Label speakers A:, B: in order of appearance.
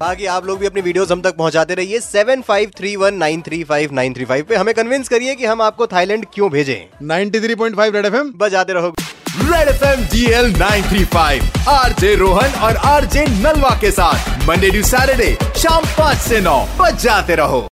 A: बाकी आप लोग भी अपनी वीडियोस हम तक पहुंचाते रहिए seven five three one nine three five nine three five पे हमें कन्विंस करिए कि हम आपको थाईलैंड क्यों भेजें
B: 93.5 रेड एफएम
A: बजाते रहो
C: red F M G L nine three five RJ Rohan और आरजे नलवा के साथ मंडे टू सैटरडे शाम पाँच से नौ बज जाते रहो